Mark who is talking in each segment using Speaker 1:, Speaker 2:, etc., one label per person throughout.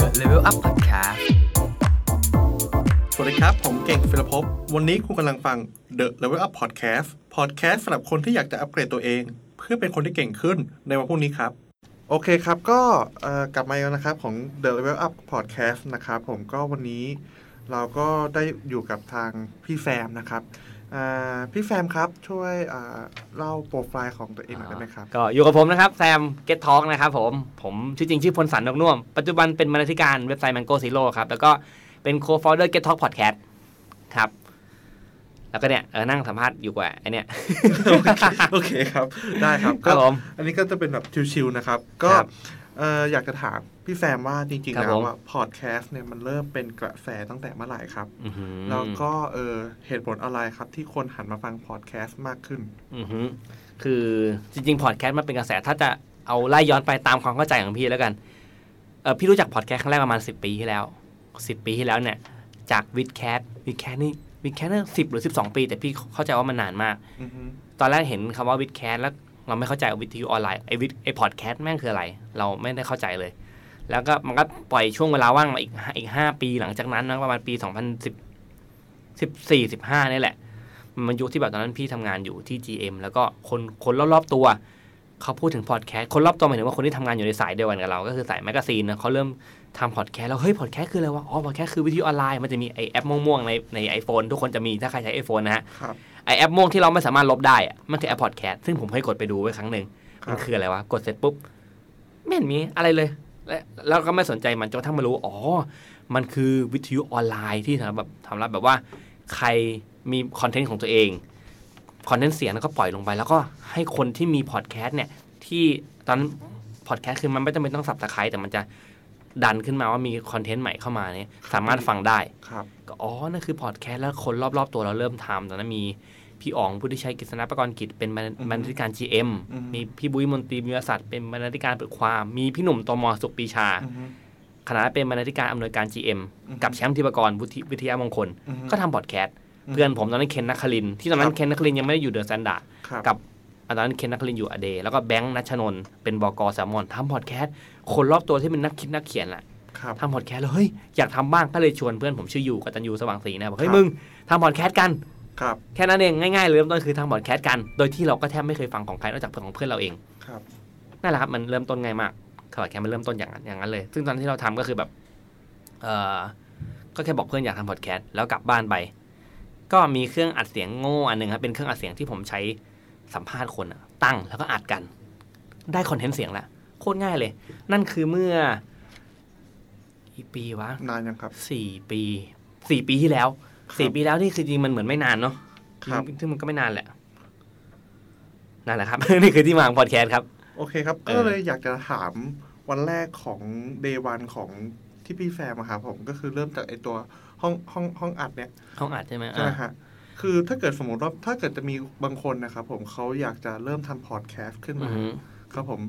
Speaker 1: The Level Up Podcast
Speaker 2: สวัสดีครับ ผมเก่งฟิลภพวันนี้คุณกำลังฟัง The Level Up Podcast Podcast สำหรับคนที่อยากจะอัปเกรดตัวเอง เพื่อเป็นคนที่เก่งขึ้นในวันพรุ่งนี้ครับ โอเคครับ ก็เอ่อกลับมาแล้วนะครับของ The Level Up Podcast นะครับ ผมก็วันนี้เราก็ได้อยู่กับทางพี่แฟมนะครับอ่าพี่แฟมครับช่วยอ่าเล่าโปรไฟล์ของตัวเองหน่อยได้ไหมครับ
Speaker 3: ก็อยู่กับผมนะครับแซม Get Talk นะครับผม ผมชื่อจริงชื่อพลสันนกน่วม ปัจจุบันเป็นบรรณาธิการเว็บไซต์ Mango Zero ครับ แล้วก็เป็น co-founder Get Talk Podcast ครับ แล้วก็เนี่ยเออนั่งสัมภาษณ์อยู่กว่าไอเนี่ย
Speaker 2: โอเคครับ ได้ครับ
Speaker 3: ครั
Speaker 2: ก็
Speaker 3: บผม
Speaker 2: อันนี้ก็จะเป็นแบบชิวๆนะครับ ก็
Speaker 3: ครับ
Speaker 2: เอ่ออยากจะถามพี่แซมว่าจริงๆ
Speaker 3: ครับ
Speaker 2: แล้ว
Speaker 3: ผม
Speaker 2: ว่าพอดแคสต์เนี่ยมันเริ่มเป็นกระแสตั้งแต่เมื่อไหร่ครับ
Speaker 3: อื้อหือ
Speaker 2: แล้วก็เออเหตุผลอะไรครับที่คนหันมาฟังพอดแคสต์มากขึ้น
Speaker 3: อือฮึคือจริงๆ พอดแคสต์มันเป็นกระแสถ้าจะเอาไล่ย้อนไปตามความเข้าใจของพี่แล้วกันเออพี่รู้จักพอดแคสต์ครั้งแรกประมาณ 10 ปีที่แล้ว 10 ปีที่แล้วเนี่ย จากวิดแคสวิดแคสนี่วิดแคสนี่สิบหรือ 12 ปี แต่พี่เข้าใจว่ามันนานมาก
Speaker 2: อือฮึ
Speaker 3: ตอนแรกเห็นคำว่าวิดแคสแล้วเราไม่เข้าใจวิทยุออนไลน์ไอวิดไอพอดแคสต์แม่งคืออะไร เราไม่ได้เข้าใจเลย แล้วก็มันก็ปล่อยช่วงเวลาว่างมาอีกห้าอีกห้าปีหลังจากนั้นนะประมาณปีสองพันสิบสิบสี่สิบห้านี่แหละ มันยุคที่แบบตอนนั้นพี่ทำงานอยู่ที่ GM แล้วก็คนคนรอบๆตัว เขาพูดถึงพอดแคสต์คนรอบตัวหมายถึงว่าคนที่ทำงานอยู่ในสายเดียวกันกับเรา ก็คือสายแมกกาซีนนะเขาเริ่มทำพอดแคสต์แล้วเฮ้ยพอดแคสต์คืออะไรวะอ๋อพอดแคสต์คือวิทยุออนไลน์มันจะมีไอแอปม่วงๆในในไอโฟนทุกคนจะมีถ้าใครใช้ไอโฟนนะฮะ
Speaker 2: ครับ
Speaker 3: ไอแอปม่วงที่เราไม่สามารถลบได้อะมันคือแอปพอดแคสต์ซึ่งผมเคยกดไปดูไว้ครั้งหนึ่ง
Speaker 2: ครับ
Speaker 3: มันคืออะไรวะ กดเสร็จปุ๊บ ไม่เห็นมีอะไรเลย และแล้วก็ไม่สนใจมันจนกระทั่งมารู้ อ๋อ มันคือวิทยุออนไลน์ที่สำหรับแบบสำหรับแบบว่า ใครมีคอนเทนต์ของตัวเองคอนเทนต์เสียงแล้วก็ปล่อยลงไป แล้วก็ให้คนที่มีพอดแคสต์เนี่ย ที่ตอนพอดแคสต์คือมันไม่จำเป็นต้องสับตะไคร้แต่มันจะดันขึ้นมาว่ามีคอนเทนต์ใหม่เข้ามาเนี่ยสามารถฟังได้
Speaker 2: ครับ
Speaker 3: ก็อ๋อ นั่นคือพอดแคสต์แล้วคนรอบ ๆ ตัวเราเริ่มทำตอนนั้นมีพี่อ๋องพุทธิชัยกฤษณะประกรณ์กิจเป็นบรรณ
Speaker 2: อือฮึ
Speaker 3: บรรณาธิการ GM
Speaker 2: อือฮึ
Speaker 3: มีพี่บุ้ยมนตรีมีวสัตว์เป็นบรรณาธิการเปิดความ มีพี่หนุ่มตมสุขปรีชา
Speaker 2: อือฮึ
Speaker 3: คณะเป็นบรรณาธิการอำนวยการ GM
Speaker 2: อือฮึ
Speaker 3: กับแชมป์ธีปกรณ์วุฒิวิทยามงคล
Speaker 2: อือฮึ
Speaker 3: ก็ทำพอดแคสต์
Speaker 2: อือฮึ
Speaker 3: เพื่อนผมตอนนั้นเคนนักคลินทร์ที่ตอนนั้
Speaker 2: ครั
Speaker 3: น
Speaker 2: บ
Speaker 3: เคนนักคลินทร์ยังไม่ได้อยู่เดอะแซนดา
Speaker 2: ครับ
Speaker 3: กับอันนั้นเคนนักคลินอยู่อเดย์แล้วก็แบงค์นัชนนท์เป็นบกสามอนทำพอดแคสต์คนรอบตัวที่เป็นนักคิดนักเขียนแหละ
Speaker 2: ครับ
Speaker 3: ทำพอดแคสต์แล้วเฮ้ยอยากทำบ้างก็เลยชวนเพื่อนผมชื่ออยู่กับตันยูสว่างศรีนะบอกเฮ้
Speaker 2: ค
Speaker 3: ย
Speaker 2: รับ
Speaker 3: มึงทำพอดแคสต์กัน
Speaker 2: ครับ
Speaker 3: แค่นั้นเองง่ายๆเลยเริ่มต้นคือทำพอดแคสต์กัน โดยที่เราก็แทบไม่เคยฟังของใครนอกจากของเพื่อนเราเอง
Speaker 2: ครับ
Speaker 3: นั่นแหละครับมันเริ่มต้นง่ายมากพอดแคสต์มันเริ่มต้นอย่างนั้นอย่างนั้นเลย ซึ่งตอนที่เราทำก็คือแบบเออก็แค่บอกเพื่อนอยากทำพอดแคสต์แล้วกลับบ้านไปก็มีเครื่องอัดเสียงโง่อันหนึ่งครับเป็นเครื่องอัดเสียงที่ผมใช้สัมภาษณ์คนอะตั้งแล้วก็อัดกัน ได้คอนเทนต์เสียงละโคตรง่ายเลย นั่นคือเมื่อกี่ปีวะ
Speaker 2: นานยังครับ
Speaker 3: สี่ปีสี่ปีที่แล้ว
Speaker 2: ครับ
Speaker 3: สี่ปีแล้วนี่คือจริงมันเหมือนไม่นานเนาะ
Speaker 2: ครับ
Speaker 3: ซึ่งซึ่งมันก็ไม่นานแหละนั่นแหละครับ นี่คือที่มาของพอดแคสต์ครับ
Speaker 2: โอเคครับ
Speaker 3: เออ
Speaker 2: ก็เลยอยากจะถามวันแรกของเดวันของที่พี่แฟมอะครับผมก็คือเริ่มจากไอตัวห้องห้องห้องอัดเนี่ย
Speaker 3: ห้องอัดใช่ไหม
Speaker 2: ใช่ไหม
Speaker 3: อ่า
Speaker 2: ฮะ คือถ้าเกิดสมมติว่าถ้าเกิดจะมีบางคนนะครับผมเขาอยากจะเริ่มทำพอดแคสต์ขึ้น
Speaker 3: อื
Speaker 2: มา
Speaker 3: อฮึ
Speaker 2: ครับผม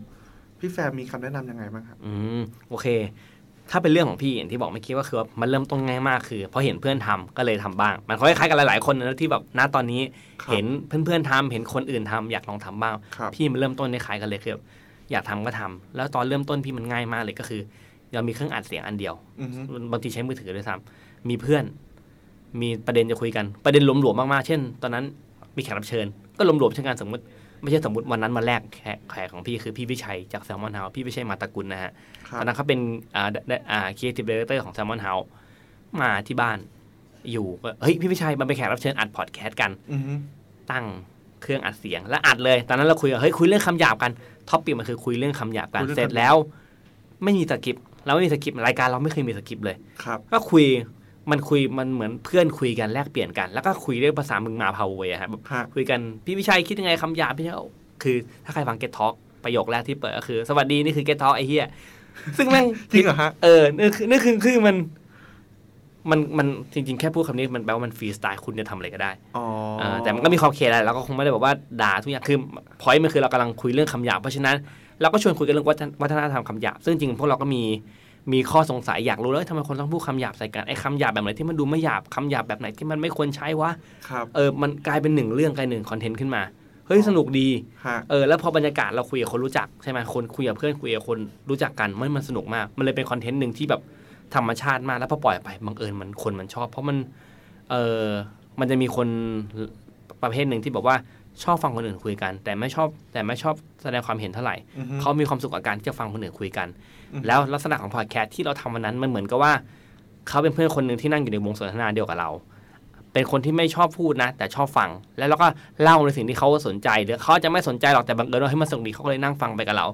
Speaker 2: พี่แฟมมีคำแนะนำยังไงบ้างครับ
Speaker 3: อืมโอเค ถ้าเป็นเรื่องของพี่อย่างที่บอกเมื่อกี้ว่าคือว่ามันเริ่มต้นง่ายมากคือพอเห็นเพื่อนทำก็เลยทำบ้าง มันคล้ายๆกันหลายๆคนนะที่แบบณตอนนี้
Speaker 2: ครับ
Speaker 3: เห็นเพื่อนๆทำเห็นคนอื่นทำอยากลองทำบ้าง
Speaker 2: ครับ
Speaker 3: พี่มันเริ่มต้นในขายกันเลยคือแบบอยากทำก็ทำแล้วตอนเริ่มต้นพี่มันง่ายมากเลยก็คือเรามีเครื่องอัดเสียงอันเดียว
Speaker 2: อือฮึ
Speaker 3: บางทีใช้มือถือด้วยซ้ำมีเพื่อน มีประเด็นจะคุยกัน ประเด็นหลวมๆมากๆ เช่น ตอนนั้นมีแขกรับเชิญ ก็หลวมๆเช่นกันสมมติ ไม่ใช่สมมติวันนั้นมาแรกแขกแขกของพี่คือพี่วิชัยจากแซลมอนเฮาพี่วิชัยมาตะกุลนะฮะ
Speaker 2: ค
Speaker 3: ตอ
Speaker 2: รั
Speaker 3: บ นนั้นเขาเป็นอ่าได้อ่าครีเอทีฟดีเลเตอร์ของแซลมอนเฮามาที่บ้าน อยู่ก็เฮ้ยพี่วิชัยมันเป็นแขกรับเชิญอัดพอดแคสต์กัน
Speaker 2: อือฮึ
Speaker 3: ตั้งเครื่องอัดเสียงและอัดเลย ตอนนั้นเราคุยกันเฮ้ยคุยเรื่องคำหยาบกันท็อปปี้มันคือคุยเรื่องคำหยาบกันเสร็จแล้ว ไม่มีสคริปต์เราไม่มีสคริปต์รายการเราไม่เคยมีสคริปต์เลย
Speaker 2: ครับ
Speaker 3: ก็คุยมันคุยมันเหมือนเพื่อนคุยกันแลกเปลี่ยนกัน แล้วก็คุยด้วยภาษามึงมาพาเวยอะครับ
Speaker 2: ฮะ
Speaker 3: คุยกันพี่วิชัยคิดยังไงคำหยาบพี่เจ้าคือถ้าใครฟัง Get Talk ประโยคแรกที่เปิดก็คือ สวัสดีนี่คือ Get Talk ไอ้เหี้ยซึ่งแม่ง
Speaker 2: จริงเหรอฮะ
Speaker 3: เออนี่คือนี่คือคือมัน มันมันจริง ๆ แค่พูดคำนี้มันแปลว่ามันฟรีสไตล์คุณจะทำอะไรก็ได้
Speaker 2: อ๋ออา
Speaker 3: แต่มันก็มีขอบเขตอะไรเราก็คงไม่ได้แบบว่าด่าทุกอย่างคือพอยต์มันคือเรากำลังคุยเรื่องคำหยาบเพราะฉะนั้นเราก็ชวนคุยกันเรื่องวัฒนวัฒนธรรมคำหยาบซึ่งจริงๆพวกเราก็มี มีข้อสงสัยอยากรู้แล้วเอ้ยทำไมคนต้องพูดคำหยาบใส่กันไอ้คำหยาบแบบไหนที่มันดูไม่หยาบคำหยาบแบบไหนที่มันไม่ควรใช้วะ
Speaker 2: ครับ
Speaker 3: เออมันกลายเป็นหนึ่งเรื่องกลายหนึ่งคอนเทนต์ขึ้นมาเ ฮ้ยสนุกดี
Speaker 2: ฮะ
Speaker 3: เออแล้วพอบรรยากาศเราคุยกับคนรู้จักใช่ไหมคนคุยกับเพื่อนคุยกับคนรู้จักกันมันมันสนุกมาก มันเลยเป็นคอนเทนต์หนึ่งที่แบบธรรมชาติมากแล้วพอปล่อยไปบังเอิญมันคนมันชอบ เพราะมันเออมันจะมีคนประเภทหนึ่งที่บอกว่าชอบฟังคนอื่นคุยกัน แต่ไม่ชอบแต่ไม่ชอบแสดงความเห็นเท่าไหร่
Speaker 2: อือฮึ
Speaker 3: เขามีความสุขกับการที่จะฟังคนอื่นคุยกัน
Speaker 2: อืม
Speaker 3: แล้วลักษณะของพอดแคสต์ที่เราทำวันนั้นมันเหมือนกับว่า เขาเป็นเพื่อนคนหนึ่งที่นั่งอยู่ในวงสนทนาเดียวกับเรา เป็นคนที่ไม่ชอบพูดนะ แต่ชอบฟัง แล้วเราก็เล่าในสิ่งที่เขาสนใจหรือเขาจะไม่สนใจหรอกแต่บังเอิญว่าให้ยมันสนุกดีเขาก็เลยนั่งฟังไปกับเรา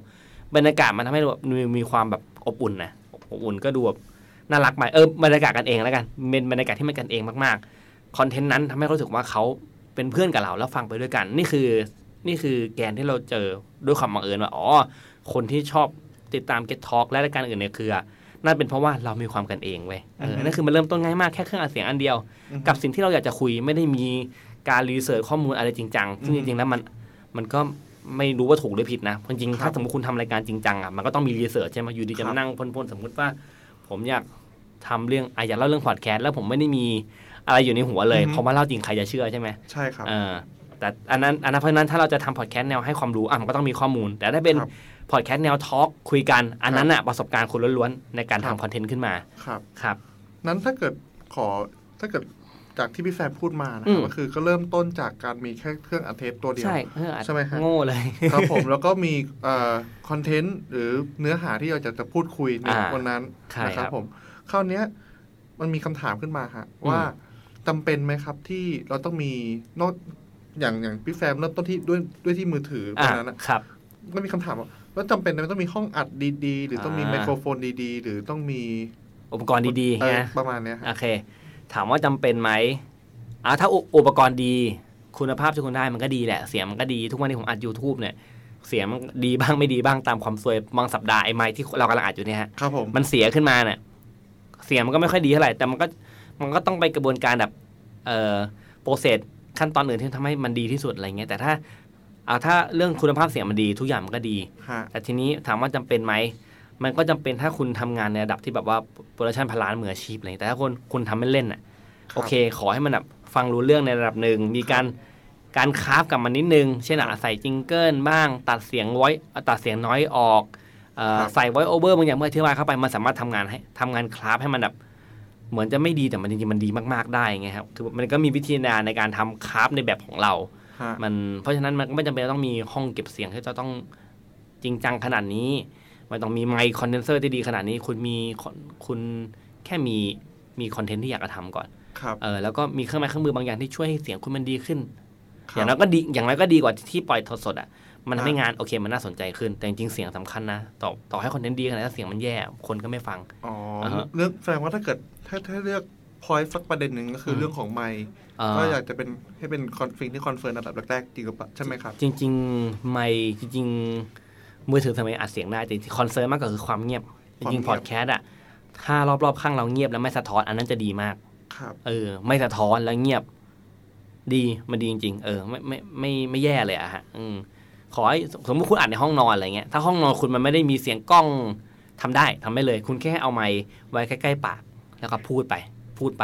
Speaker 3: บรรยากาศมันทำให้แบบมีมีความแบบอบอุ่นนะอบอุ่นก็ดูแบบน่ารักไปเออบรรยากาศกันเองแล้วกันเป็นบรรยากาศที่มันกันเองมากๆคอนเทนต์นั้นทำให้เขารู้สึกว่าเขาเป็นเพื่อนกับเราแล้วฟังไปด้วยกัน นี่คือ นี่คือแกนที่เราเจอด้วยความบังเอิญว่าอ๋อคนที่ชอบติดตาม Get Talk และรายการอื่นในเครือนั่นเป็นเพราะว่าเรามีความกันเองเว้ยเออ
Speaker 2: อือฮึ
Speaker 3: นั่นคือมันเริ่มต้นง่ายมากแค่เครื่องอัดเสียงอันเดียว กับสิ่งที่เราอยากจะคุยไม่ได้มีการรีเสิร์ชข้อมูลอะไรจริงจังซึ่ง
Speaker 2: อื
Speaker 3: จ
Speaker 2: ม
Speaker 3: ริงๆแล้วมันมันก็ไม่รู้ว่าถูกหรือผิดนะเพราะจริงๆ
Speaker 2: ครั
Speaker 3: ถ้า
Speaker 2: บ
Speaker 3: สมมติคุณทำรายการจริงจังอ่ะมันก็ต้องมีรีเสิร์ชใช่ไหมอยู่ดีจะ
Speaker 2: ครั
Speaker 3: มา
Speaker 2: บ
Speaker 3: นั่งพ่นๆสมมุติว่า ผมอยากทำเรื่องอ่ะอยากเล่าเรื่องพอดแคสต์แล้วผมไม่ได้มีอะไรอยู่ในหัวเลยพอมาเล่าจริงใครจะเชื่อใช่ไหม
Speaker 2: ใช่ครับ
Speaker 3: เออแต่อันนั้นอันนั้นเพราะฉะนั้นถ้าเราจะทำพอดแคสต์แนวให้ความรู้อ่ะมันก็ต้องมีข้อมูล แต่ถ้าเป็น
Speaker 2: ครับ
Speaker 3: พอดแคสต์แนวทอล์กคุยกัน อันนั้นอ่ะประสบการณ์คนล้วนๆ ในการ
Speaker 2: ครับ
Speaker 3: ทำคอนเทนต์ขึ้นมา
Speaker 2: ครับ
Speaker 3: ครับ
Speaker 2: นั้นถ้าเกิดขอถ้าเกิดจากที่พี่แฟร์พูดมานะค
Speaker 3: อื
Speaker 2: รับ
Speaker 3: ม
Speaker 2: ก็คือก็เริ่มต้นจากการมีแค่เครื่องอัดเทปตัวเดียว
Speaker 3: ใช่เอออาจ
Speaker 2: ใช่ไหมฮะ
Speaker 3: โง่เลย
Speaker 2: ครับผม แล้วก็มีเอ่อคอนเทนต์หรือเนื้อหาที่เราจะจะพูดคุยใน
Speaker 3: อ่า
Speaker 2: วันนั้น
Speaker 3: ใช่ครับ
Speaker 2: นะครับผมคราวเนี้ยมันมีคำถามขึ้นมาฮะว่าจำเป็นไหมครับที่เราต้องมีนอกอย่างอย่างพี่แฟมเริ่มต้นที่ด้วยด้วยที่มือถือตอ
Speaker 3: อ่ะ
Speaker 2: นนั้นอะ
Speaker 3: ครับ
Speaker 2: ก็มีคำถามว่าแล้วจำเป็นไหมต้องมีห้องอัดดีๆ หรือต้องมี
Speaker 3: อ่า
Speaker 2: ไมโครโฟนดีๆ หรือต้องมี
Speaker 3: อุปกรณ์ดี
Speaker 2: เอ
Speaker 3: ๆ
Speaker 2: อ
Speaker 3: นะ
Speaker 2: ประมาณเนี้ยฮะ
Speaker 3: โอเค ถามว่าจำเป็นไหมอ่ะถ้าอุอุปกรณ์ดี คุณภาพที่คุณได้มันก็ดีแหละ เสียงมันก็ดีทุกวันนี้ผมอัด YouTube เนี่ยเสียงมันดีบ้างไม่ดีบ้างตามความสวยบางสัปดาห์ไอ้ไมค์ที่เรากำลังอัดอยู่เนี่ยฮะ
Speaker 2: ครับผม
Speaker 3: มันเสียขึ้นมาเนี่ยเสียงมันก็ไม่ค่อยดีเท่าไหร่ แต่มันก็มันก็ต้องไปกระบวนการแบบเอ่อโปรเซสขั้นตอนอื่นที่ทำให้มันดีที่สุดอะไรเงี้ยแต่ถ้าเอาถ้าเรื่องคุณภาพเสียงมันดีทุกอย่างมันก็ดี
Speaker 2: ฮะ
Speaker 3: แต่ทีนี้ถามว่าจำเป็นไหม มันก็จำเป็นถ้าคุณทำงานในระดับที่แบบว่าโปรดักชันพนล้านมืออาชีพอะไรเงี้ยแต่ถ้าคนคุณทำไม่เล่นอ่ะ
Speaker 2: ครับ
Speaker 3: โอเค ขอให้มันแบบฟังรู้เรื่องในระดับหนึ่งมีการการคราฟกับมันนิดนึง เช่นอ่ะใส่จิงเกิลบ้าง ตัดเสียงไว้ตัดเสียงน้อยออกเอ่อ
Speaker 2: ครับ
Speaker 3: ใส่ไว้โอเวอร์บางอย่างเมื่ออธิบายเข้าไปมันสามารถทำงานให้ทำงานคราฟให้มันแบบเหมือนจะไม่ดีแต่มันจริงๆมันดีมากๆได้ไงครับคือมันก็มีวิธีการในการทำคราฟในแบบของเรา
Speaker 2: ฮะ
Speaker 3: มันเพราะฉะนั้นมันก็ไม่จำเป็นต้องมีห้องเก็บเสียงที่จะต้องจริงจังขนาดนี้มันต้องมีไมค์คอนเดนเซอร์ที่ดีขนาดนี้ คุณมีคุณแค่มีมีคอนเทนต์ที่อยากจะทำก่อน
Speaker 2: ครับ
Speaker 3: เออแล้วก็มีเครื่องไม้เครื่องมือบางอย่างที่ช่วยให้เสียงคุณมันดีขึ้น
Speaker 2: ค
Speaker 3: อย่าง
Speaker 2: รั
Speaker 3: นั้
Speaker 2: บ
Speaker 3: นก็ดีอย่างไรก็ดีกว่าที่ปล่อยสดๆอ่ะมันทำให้
Speaker 2: อ่าง
Speaker 3: งานโอเคมันน่าสนใจขึ้น แต่จริงๆเสียงสำคัญนะต่อต่อให้คอนเทนต์ดีขนาดนั้นถ้าเสียงมันแย่คนก็ไม่ฟัง
Speaker 2: อ๋ออา
Speaker 3: ฮะ
Speaker 2: เรื่องแสดงว่าถ้าเกิดถ้าถ้าเลือกพอยต์สักประเด็นหนึ่งก็คืออ
Speaker 3: ม
Speaker 2: เรื่องของไมค์
Speaker 3: เอ่อ
Speaker 2: ก็อยากจะเป็นให้เป็นคอนฟิกที่คอนเฟิร์มอันดับแรกๆจริงหรือเปล่าใช่ไหมครับ
Speaker 3: จริงๆไม่จริงๆมือถือสมัยอัดเสียงได้แต่ที่คอนเซิร์นมากกว่าคือความเงียบ จ
Speaker 2: ความเงี
Speaker 3: ริ
Speaker 2: ย
Speaker 3: ง
Speaker 2: บ
Speaker 3: ๆพอดแคสต์อะถ้ารอบๆ ข้างเราเงียบแล้วไม่สะท้อนอันนั้นจะดีมาก
Speaker 2: ครับ
Speaker 3: เออ ไม่สะท้อนแล้วเงียบ ดีมันดีจริง ๆ เออ ไม่ไม่ไม่ไม่แย่เลยอะฮะอืมขอให้สมมติคุณอัดในห้องนอนอะไรเงี้ยถ้าห้องนอนคุณมันไม่ได้มีเสียงกล้องทำได้ทำได้เลย คุณแค่เอาไมค์ไว้ใกล้ๆปาก แล้วก็พูดไป พูดไป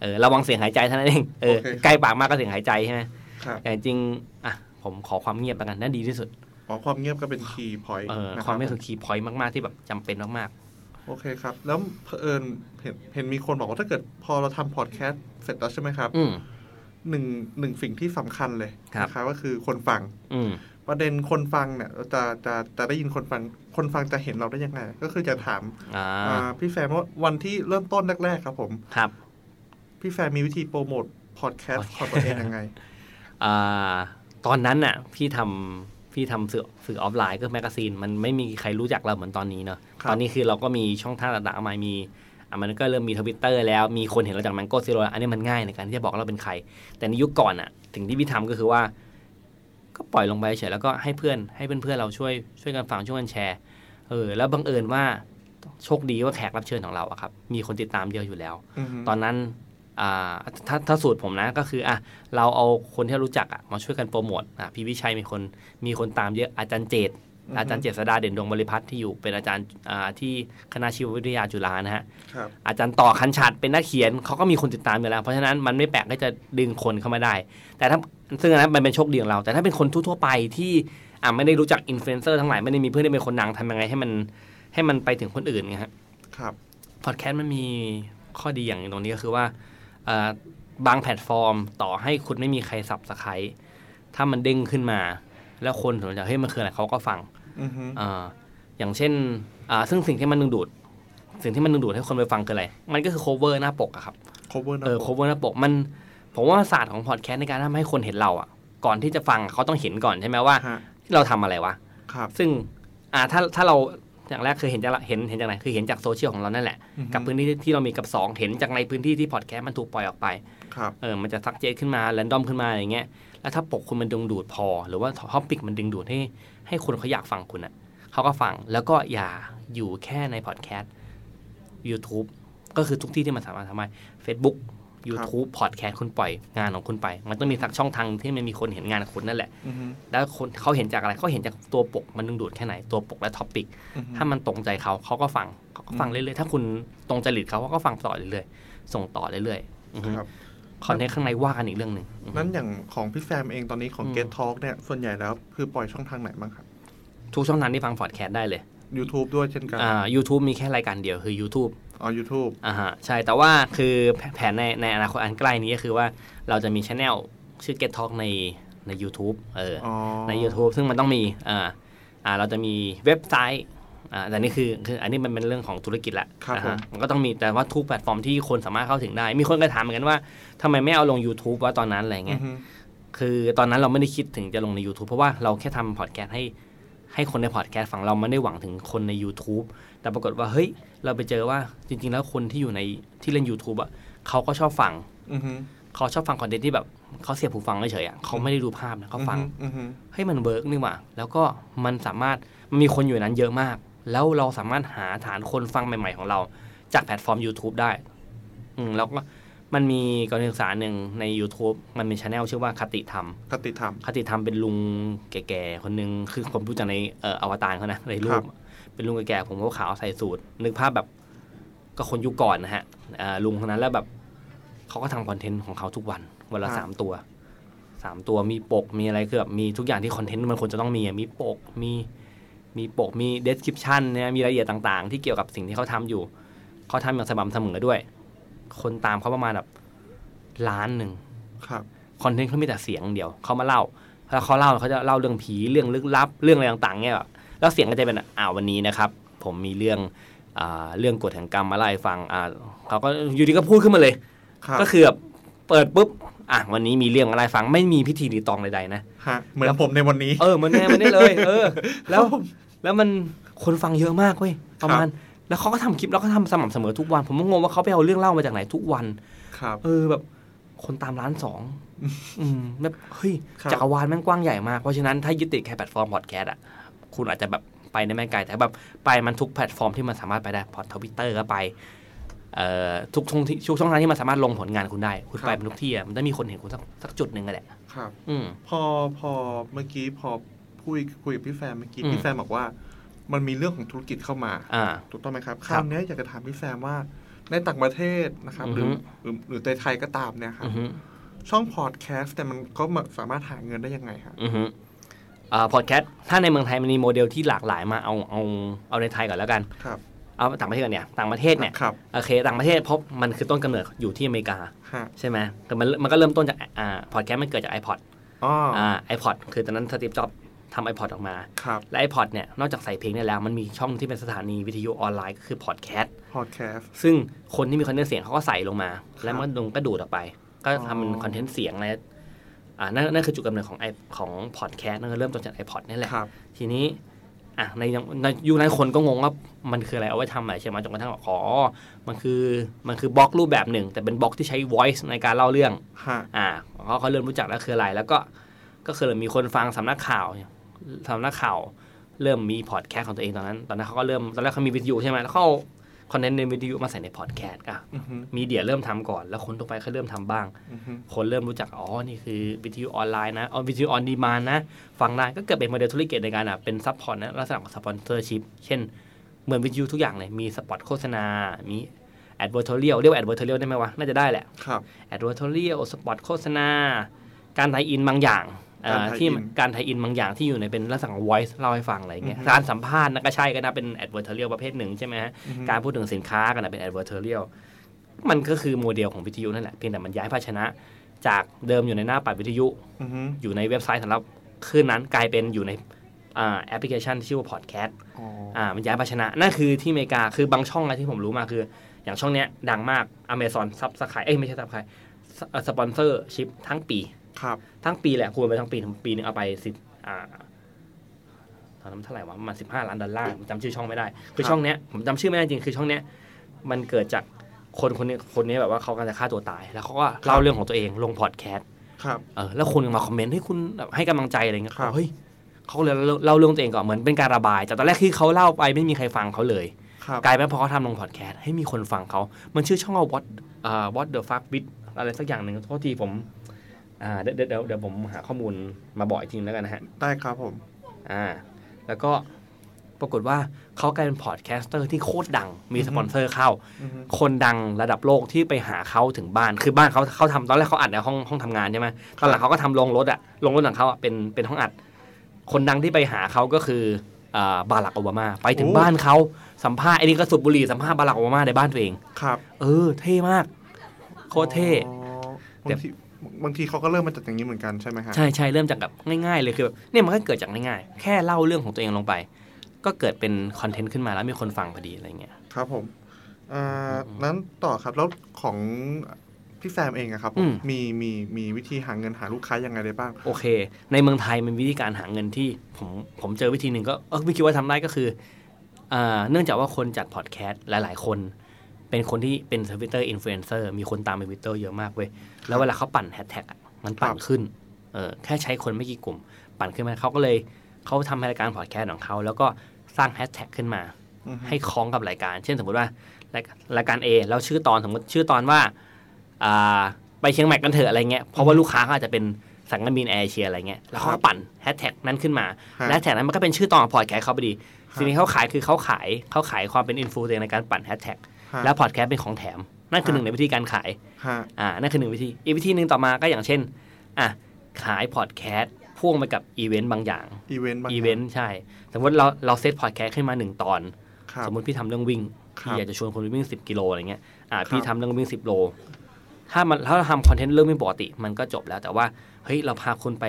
Speaker 3: เออระวังเสียงหายใจเท่านั้นเองเออ
Speaker 2: โอเค
Speaker 3: ใกล้ปากมากก็เสียงหายใจใช่ไหม
Speaker 2: ครับ
Speaker 3: แต่จริงๆอ่ะ ผมขอความเงียบแล้วกันน่าดีที่สุด
Speaker 2: อ๋อความเงียบก็เป็นคีย์พอยต์
Speaker 3: เออ
Speaker 2: นะคว
Speaker 3: คา
Speaker 2: รั
Speaker 3: ม
Speaker 2: บ
Speaker 3: เงียบคือคีย์พอยต์มาก ๆ ที่แบบจำเป็นมาก
Speaker 2: โอเคครับ แล้วเผอิญเห็นเห็นมีคนบอกว่าถ้าเกิดพอเราทำพอดแคสต์เสร็จแล้วใช่ไหมครับ
Speaker 3: ๆ อืม
Speaker 2: หนึ่งหนึ่งสิ่งที่สำคัญเลย
Speaker 3: ครับ
Speaker 2: นะครับก็คือคนฟัง
Speaker 3: อืม
Speaker 2: ประเด็นคนฟังเนี่ยเราจะจะจะได้ยินคนฟังคนฟังจะเห็นเราได้ยังไง ก็คือจะถาม
Speaker 3: อ่า
Speaker 2: อ่าพี่แฟนว่าวันที่เริ่มต้นแรกๆครับผม
Speaker 3: ครับ
Speaker 2: พี่แฟนมีวิธีโปรโมทพอดแคสต์ของตัวเองยังไง
Speaker 3: อ่า ตอนนั้นน่ะ พี่ทำพี่ทำสื่อสื่อออฟไลน์ก็แมกกาซีน มันไม่มีใครรู้จักเราเหมือนตอนนี้เนอะ
Speaker 2: ครับ
Speaker 3: ตอนนี้คือเราก็มีช่องทางต่างๆมามีอ่ะมันก็เริ่มมีทวิตเตอร์แล้วมีคนเห็นเราจากมังโก้ซีโร่อันนี้มันง่ายในการที่จะบอกเราเป็นใคร แต่ในยุคก่อนน่ะถึงที่พี่ทำก็คือว่า ก็ปล่อยลงไปเฉยๆแล้วก็ให้เพื่อนให้เพื่อนๆเราช่วยช่วยกันฟังช่วยกันแชร์ เออ แล้วบังเอิญว่าโชคดีว่าแขกรับเชิญของเราอะครับ มีคนติดตามเยอะอยู่แล้ว
Speaker 2: อือฮึ
Speaker 3: ตอนนั้นอ่าถ้าถ้าสูตรผมนะก็คืออ่ะเราเอาคนที่รู้จักอ่ะมาช่วยกันโปรโมทอ่ะพี่วิชัยมีคนมีคนตามเยอะอาจารย์เจต
Speaker 2: อือฮึ
Speaker 3: อาจารย์เจษฎาเด่นดวงบริพัตรที่อยู่เป็นอาจารย์อ่าที่คณะชีววิทยาจุฬานะฮะ
Speaker 2: ครับ
Speaker 3: อาจารย์ต่อคันฉัดเป็นนักเขียนเขาก็มีคนติดตามอยู่แล้ว เพราะฉะนั้นมันไม่แปลกที่จะดึงคนเข้ามาได้ แต่ถ้าซึ่งอันนั้นมันเป็นโชคดีของเรา แต่ถ้าเป็นคนทั่วๆไปที่อ่ะไม่ได้รู้จักอินฟลูเอนเซอร์ทั้งหลายไม่ได้มีเพื่อนที่เป็นคนดังทำยังไงให้มันให้มันไปถึงคนอื่นไงฮะ
Speaker 2: ครับ
Speaker 3: พอดแคสต์มันมีข้อดีอย่างหนึ่งตรงนี้ก็คือว่าเอ่อบางแพลตฟอร์มต่อให้คุณไม่มีใครสับสไครถ้ามันเด้งขึ้นมา แล้วคนสนใจเฮ้ยมันคืออะไรเขาก็ฟัง
Speaker 2: อือฮึ
Speaker 3: อ่าอย่างเช่นอ่าซึ่งสิ่งที่มันดึงดูด สิ่งที่มันดึงดูดให้คนไปฟังคืออะไร มันก็คือ cover หน้าปกอะครับ
Speaker 2: โคเวอร์นะ
Speaker 3: เออ cover หน้าปก มัน ผมว่าศาสตร์ของพอดแคสต์ในการทำให้คนเห็นเราอะก่อนที่จะฟังเขาต้องเห็นก่อนใช่ไหมว่า
Speaker 2: ฮะ
Speaker 3: เราทำอะไรวะ
Speaker 2: ครับ
Speaker 3: ซึ่ง อ่า ถ้า ถ้าเรา อย่างแรกคือเห็นจากเห็น เห็นจากไหน คือเห็นจากโซเชียลของเรานั่นแหละ
Speaker 2: อือฮึ
Speaker 3: กับพื้นที่ที่เรามีกับสองเห็นจากในพื้นที่ที่พอดแคสต์มันถูกปล่อยออกไป
Speaker 2: ครับ
Speaker 3: เออ มันจะซักเจตขึ้นมา แรนดอมขึ้นมาอะไรเงี้ย แล้วถ้าปกคุณมันดึงดูดพอ หรือว่าท็อปิกมันดึงดูดให้ให้คนเขาอยากฟังคุณอะ่ะ เขาก็ฟัง แล้วก็อย่าอยู่แค่ในพอดแคสต์ YouTube ก็คือทุกที่ที่มันสามารถทำได้ Facebook YouTube พอดแคสต์คุณปล่อยงานของคุณไป มันต้องมีสักช่องทางที่มันมีคนเห็นงานคุณนั่นแหละ
Speaker 2: อือฮึ
Speaker 3: แล้วคนเขาเห็นจากอะไรเขาเห็นจากตัวปกมันดึงดูดแค่ไหน ตัวปกและท็อปิก
Speaker 2: อือฮึ
Speaker 3: ถ้ามันตรงใจเขาเขาก็ฟังเขาก็ฟังเรื่อยๆ ถ้าคุณตรงจริตเขาเขาก็ฟังต่อเรื่อยๆ ส่งต่อเรื่อยๆอือฮึ
Speaker 2: ครับ
Speaker 3: คอนเทนต์ข้างในว่ากันอีกเรื่องหนึ่งอืม
Speaker 2: นั้นอย่างของพี่แซมเองตอนนี้ของ
Speaker 3: อืม
Speaker 2: Get Talk เนี่ย ส่วนใหญ่แล้วคือปล่อยช่องทางไหนบ้างครับ
Speaker 3: ทุกช่องทางที่ฟังพอดแคสต์ได้เลย
Speaker 2: YouTube ด้วยเช่นกัน
Speaker 3: อ่า YouTube มีแค่รายการเดียวคือ YouTube
Speaker 2: อ๋อ YouTube
Speaker 3: อ่าฮะใช่แต่ว่าคือแผนในในอนาคตอันใกล้นี้ก็คือว่าเราจะมีช anel ชื่อ Get Talk ในใน YouTube เอออ
Speaker 2: อ๋อ
Speaker 3: ใน YouTube ซึ่งมันต้องมีอ่าอ่าเราจะมีเว็บไซต์อ่าแต่นี่คือคืออันนี้มันเป็นเรื่องของธุรกิจละ
Speaker 2: ครับ
Speaker 3: นะ
Speaker 2: ผม
Speaker 3: ฮะมันก็ต้องมีแต่ว่าทุกแพลตฟอร์มที่คนสามารถเข้าถึงได้ มีคนก็ถามเหมือนกันว่าทำไมไม่เอาลง YouTube ว่าตอนนั้นอะไรอย่างเงี้ย
Speaker 2: อือฮึ
Speaker 3: คือตอนนั้นเราไม่ได้คิดถึงจะลงใน YouTube เพราะว่าเราแค่ทำพอดแคสต์ให้ให้คนในพอดแคสต์ฟังเราไม่ได้หวังถึงคนใน YouTube แต่ปรากฏว่าเฮ้ย เราไปเจอว่าจริง ๆ แล้วคนที่อยู่ในที่เล่น YouTube อ่ะเขาก็ชอบฟัง
Speaker 2: อือฮึ
Speaker 3: เขาชอบฟังคอนเทนต์ที่แบบเขาเสียบหูฟังเฉยๆอ่ะเขาไม่ได้ดูภาพนะเขาฟัง
Speaker 2: อือฮึ
Speaker 3: เฮ้ยมันเวิร์กนี่หว่า แล้วก็มันสามารถมันมีคนอยู่ในนั้นเยอะมาก แล้วเราสามารถหาฐานคนฟังใหม่ ๆ ของเรา จากแพลตฟอร์ม YouTube ได้ อืมแล้วก็มันมีการศึกษาหนึ่งใน YouTube มันมีช anel ชื่อว่าคติธรรม
Speaker 2: คติธรรม
Speaker 3: คติธรรมเป็นลุงแก่ๆ คนหนึ่งคือผมดูจากในเอ่ออวตารเขานะในรู
Speaker 2: ครั
Speaker 3: ป
Speaker 2: บ
Speaker 3: เป็นลุงแก่ๆผมขาวๆใส่สูทนึกภาพแบบก็คนยุคก่อนนะฮะเอ่อลุงคนนั้นแล้วแบบเขาก็ทำคอนเทนต์ของเขาทุกวันวันละสามตัวสามตัวมีปกมีอะไรคือแบบมีทุกอย่างที่คอนเทนต์มันควรจะต้องมีอะมีปกมีมีปกมีเดสคริปชันนะมีรายละเอียดต่างๆ ที่เกี่ยวกับสิ่งที่เขาทำอยู่เขาทำอย่างสม่ำเสมอด้วย คนตามเขาประมาณแบบล้านหนึ่ง
Speaker 2: ครับ
Speaker 3: คอนเทนต์เขามีแต่เสียงเดียวเขามาเล่าแล้วเขาเล่าเขาจะเล่าเรื่องผีเรื่องลึกลับ เรื่องอะไรต่างๆเนี่ยแบบแล้วเสียงก็จะเป็นอ่าวันนี้นะครับ ผมมีเรื่องอ่าเรื่องกฎแห่งกรรมมาเล่าให้ฟังอ่าเขาก็อยู่ดีก็พูดขึ้นมาเลย
Speaker 2: ครับ
Speaker 3: ก็คือแบบเปิดปุ๊บอ่ะวันนี้มีเรื่องอะไรฟังไม่มีพิธีรีตองใดๆนะ
Speaker 2: ฮะเหมือนผมในวันนี้
Speaker 3: เออมันแน่มันได้เลย เออ แล้วแล้วมันคนฟังเยอะมากเว้ยประมาณแล้วเขาก็ทำคลิปแล้วก็ทำสม่ำเสมอทุกวัน ผมก็งงว่าเขาไปเอาเรื่องเล่ามาจากไหนทุกวัน
Speaker 2: ครับ
Speaker 3: เออแบบคนตามร้านส องอืมแบบเฮ้ย
Speaker 2: ครับ
Speaker 3: จักรวาลแม่งกว้างใหญ่มาก เพราะฉะนั้นถ้ายึดติดแค่แพลตฟอร์มพอดแคสต์อ่ะ คุณอาจจะแบบไปในแม่งไกลแต่แบบไปมันทุกแพลตฟอร์มที่มันสามารถไปได้พอทวิตเตอร์ก็ไปเอ่อทุกช่องที่ช่องทางที่มันสามารถลงผลงานคุณได้ คุณไปมันทุกที่อ่ะมันจะมีคนเห็นคุณสักสักจุดหนึ่งอะแหละ
Speaker 2: ครับ
Speaker 3: อืม
Speaker 2: พอพอเมื่อกี้พอพูดคุยกับพี่แซมเมื่อกี้
Speaker 3: อืม
Speaker 2: พี่แซมบอกว่า มันมีเรื่องของธุรกิจเข้ามา
Speaker 3: อ่า
Speaker 2: ถูกต้องไหมครับ
Speaker 3: ค
Speaker 2: ครับ ราวเนี้ยอยากจะถามพี่แซมว่าในต่างประเทศนะครับ หรือ
Speaker 3: อฮึ
Speaker 2: หรือหรือในไทยก็ตามเนี่ยครั
Speaker 3: อื
Speaker 2: บ
Speaker 3: อฮึ
Speaker 2: ช่องพอดแคสต์แต่ยมันก็มาสามารถหาเงินได้ยังไงครับ
Speaker 3: อือฮึอ่าพอดแคสต์ถ้าในเมืองไทยมันมีโมเดลที่หลากหลายมาเอาเอาเอาในไทยก่อนแล้วกัน
Speaker 2: ครับ
Speaker 3: เอาต่างประเทศก่อนเนี่ยต่างประเทศเนี่ย
Speaker 2: ครับ
Speaker 3: โอเคต่างประเทศเพราะมันคือต้นกำเนิดอยู่ที่อเมริกา
Speaker 2: ฮะ
Speaker 3: ใช่ไหมแต่มันมันก็เริ่มต้นจากอ่าพอดแคสต์มันเกิดจาก iPod
Speaker 2: อ๋อ
Speaker 3: อ่า iPod คือตอนนั้นสตีฟจ็อบทำ iPod ออกมา
Speaker 2: ครับ
Speaker 3: และ iPod เนี่ยนอกจากใส่เพลงได้แล้ว มันมีช่องที่เป็นสถานีวิทยุออนไลน์ก็คือพอดแคสต์
Speaker 2: พอดแคสต์
Speaker 3: ซึ่งคนที่มีคอนเทนต์เสียงเขาก็ใส่ลงมา
Speaker 2: ครับ
Speaker 3: แล้วมันลงก็ดูดออกไป ก็ทำเป็นคอนเทนต์เสียงอะไรอ่านั่นนั่นคือจุดกำเนิดของไอของพอดแคสต์นั่นก็เริ่มต้นจาก iPod นี่แหละ
Speaker 2: ครับ
Speaker 3: ทีนี้ อ่ะ ในยังในยุคนั้นคนก็งงว่ามันคืออะไรเอาไว้ทำอะไรใช่ไหมจนกระทั่งบอกอ๋อมันคือมันคือบล็อกรูปแบบหนึ่ง แต่เป็นบล็อกที่ใช้ voice ในการเล่าเรื่อง
Speaker 2: ฮะ
Speaker 3: อ่าเขาเขาเริ่มรู้จักแล้วคืออะไร แล้วก็ก็คือเริ่มมีคนฟังสำนักข่าวสำนักข่าว เริ่มมีพอดแคสต์ของตัวเองตอนนั้น ตอนนั้นเขาก็เริ่มตอนแรกเขามีวิทยุใช่ไหมแล้วเขาเอา คอนเทนต์ในวิทยุมาใส่ในพอดแคสต์อ่ะ
Speaker 2: อือฮึ
Speaker 3: มีเดียเริ่มทำก่อน แล้วคนทั่วไปเขาเริ่มทำบ้าง
Speaker 2: อือฮึ
Speaker 3: คนเริ่มรู้จัก อ๋อ นี่คือวิทยุออนไลน์นะอ๋อวิทยุออนดีมานนะ ฟังได้ก็เกิดเป็นโมเดลธุรกิจในการอ่ะ เป็นซัพพอร์ตนะลักษณะของสปอนเซอร์ชิพ เช่น เหมือนวิทยุทุกอย่างเลย มีสปอตโฆษณา มีแอดเวอร์ทเรียลเรียกว่าแอดเวอร์ทเรียลได้ไหมวะ น่าจะได้แหละ
Speaker 2: ครับ
Speaker 3: แอดเวอร์ทเรียลสปอตโฆษณา การไทยอินบางอย่างเอ่อ
Speaker 2: การไทยอิน
Speaker 3: ที่การไทยอินบางอย่างที่อยู่ในเป็นลักษณะของ voice เล่าให้ฟังอะไรอย่างเงี้ย
Speaker 2: อือฮึ
Speaker 3: การสัมภาษณ์นะก็ใช่ก็นะเป็นแอดเวอร์ทเรียลประเภทหนึ่งใช่ไหมฮะ
Speaker 2: อือฮึ
Speaker 3: การพูดถึงสินค้ากันนะเป็นแอดเวอร์ทเรียลมันก็คือโมเดลของวิทยุนั่นแหละเพียงแต่มันย้ายภาชนะ จากเดิมอยู่ในหน้าปัดวิทยุ
Speaker 2: อือฮึ
Speaker 3: อยู่ในเว็บไซต์สำหรับคลื่นนั้นกลายเป็นอยู่ในอ่าแอปพลิเคชันที่ชื่อว่าพอดแคสต์
Speaker 2: อ๋อ
Speaker 3: อ่ามันย้ายภาชนะนั่นคือที่อเมริกาคือบางช่องนะที่ผมรู้มาคือ อย่างช่องเนี้ยดังมาก Amazon ซับสไครเอ้ยไม่ใช่ซับสไครสปอนเซอร์ชิพทั้งปี
Speaker 2: ครับ
Speaker 3: ทั้งปีแหละคูณไปทั้งปีทั้งปีหนึงเอาไปสิบอ่าตอนนั้นเท่าไหร่วะประมาณสิบห้าล้านดอลลาร์ผมจำชื่อช่องไม่ได้ คือช่องเนี้ยผมจำชื่อไม่ได้จริงคือช่องเนี้ยมันเกิดจากคนคนนี้คนนี้แบบว่าเขากำลังจะฆ่าตัวตาย แล้วเขาก็เล่าเรื่องของตัวเองลงพอดแคสต์
Speaker 2: ครับ
Speaker 3: เออแล้วคนก็มาคอมเมนต์ให้คุณแบบให้กำลังใจอะไรเงี้ย
Speaker 2: ครับ
Speaker 3: เฮ้ยเขาเลยเล่าเรื่องตัวเองก่อนเหมือนเป็นการระบาย แต่ตอนแรกที่เขาเล่าไปไม่มีใครฟังเขาเลย
Speaker 2: ครับ
Speaker 3: กลายเป็นพอเขาทำลงพอดแคสต์ให้มีคนฟังเขา มันชื่อช่องว่า what อ่า what the fuck with อะไรสักอย่างหนึ่งโทษทีผมอ่าเดี๋ยวเดี๋ยวเดี๋ยวเดี๋ยวผมหาข้อมูลมาบอกอีกทีนึงแล้วกันนะฮะ
Speaker 2: ได้ครับผม
Speaker 3: อ่าแล้วก็ปรากฏว่าเขากลายเป็นพอดแคสเตอร์ที่โคตรดังมี
Speaker 2: อือฮึ
Speaker 3: สปอนเซอร์เข้า
Speaker 2: อือฮึ
Speaker 3: คนดังระดับโลกที่ไปหาเขาถึงบ้าน คือบ้านเขาเขาทำตอนแรกเขาอัดในห้องห้องทำงานใช่ไหมตอนหลังเขาก็ทำโรงรถอะโรงรถของเขาอะเป็นเป็นห้องอัด คนดังที่ไปหาเขาก็คืออ่าบารักโอบามา ไปถึงบ้านเขาสัมภาษณ์ไอ้นี่ก็สุดบุหรี่สัมภาษณ์บารักโอบามาในบ้านตัวเอง
Speaker 2: ครับ
Speaker 3: เออ เท่มาก โคตรเท่
Speaker 2: อ๋อบา
Speaker 3: แต่
Speaker 2: งทีบางทีเขาก็เริ่มมาจากอย่างนี้เหมือนกันใช่ไหมฮะ
Speaker 3: ใช่ใช่เริ่มจากแบบง่ายๆเลยคือแบบเนี่ยมันก็เกิดจากง่ายๆ แค่เล่าเรื่องของตัวเองลงไป ก็เกิดเป็นคอนเทนต์ขึ้นมาแล้วมีคนฟังพอดีอะไรเงี้ย
Speaker 2: ครับผมอ่านั้นต่อครับแล้วของพี่แซมเองอะครับผ
Speaker 3: อื
Speaker 2: ม
Speaker 3: ม
Speaker 2: มีมีมีวิธีหาเงินหาลูกค้ายังไงได้บ้าง
Speaker 3: โอเค ในเมืองไทยมันวิธีการหาเงินที่ผมผมเจอวิธีหนึ่งก็เออไม่คิดว่าทำได้ก็คืออ่าเนื่องจากว่าคนจัดพอดแคสต์หลายๆ คน เป็นคนที่เป็นทวิตเตอร์อินฟลูเอนเซอร์มีคนตามในทวิตเตอร์เยอะมากเว้ยแล้วเวลาเขาปั่นแฮชแท็กมันปั่นขึ้นเออแค่ใช้คนไม่กี่กลุ่ม ปั่นขึ้นมาเขาก็เลยเขาทำรายการพอดแคสต์ของเขาแล้วก็สร้างแฮชแท็กขึ้นมา
Speaker 2: อือฮึ
Speaker 3: ให้คล้องกับรายการ เช่นสมมติว่ารายรายการ A แล้วชื่อตอนสมมติชื่อตอนว่าอ่าไปเชียงใหม่กันเถอะอะไรเงี้ย เพราะว่าลูกค้าเขาอาจจะเป็นสังกัดบินแอร์เอเชียอะไรเงี้ย แล้วเขา
Speaker 2: ครั
Speaker 3: ก็
Speaker 2: บ
Speaker 3: ปั่นแฮชแท็กนั้นขึ้นมา
Speaker 2: ครับ
Speaker 3: และแฮชแท็กนั้นมันก็เป็นชื่อตอนของพอดแคสต์เขาพอดี
Speaker 2: ครับ
Speaker 3: สิ่งที่เขาขายคือเขาขายเขาขายความเป็นอินฟลูเอนในการปั่นแฮชแท็ก
Speaker 2: ฮะ
Speaker 3: แล้วพอดแคสต์เป็นของแถม นั่นคือ
Speaker 2: ครับ
Speaker 3: หนึ่งในวิธีการขาย
Speaker 2: ฮะ
Speaker 3: อ่า นั่นคือหนึ่งวิธี อีกวิธีหนึ่งต่อมาก็อย่างเช่น อ่ะ ขายพอดแคสต์พ่วงไปกับอีเวนต์บางอย่าง
Speaker 2: อีเวนต์บาง
Speaker 3: อีเวนต์ใช่ สมมติเราเราเซตพอดแคสต์ขึ้นมาหนึ่งตอน
Speaker 2: ครับ
Speaker 3: สมมติพี่ทำเรื่องวิ่ง
Speaker 2: ครับ
Speaker 3: พี่อยากจะชวนคนไปวิ่ง 10 กิโลอะไรเงี้ยอ่า
Speaker 2: ครับ
Speaker 3: พี่ทำเรื่องวิ่ง 10 โล ถ้ามันถ้าเราทำคอนเทนต์เรื่องวิ่งปกติ มันก็จบแล้วแต่ว่าเฮ้ยเราพาคนไป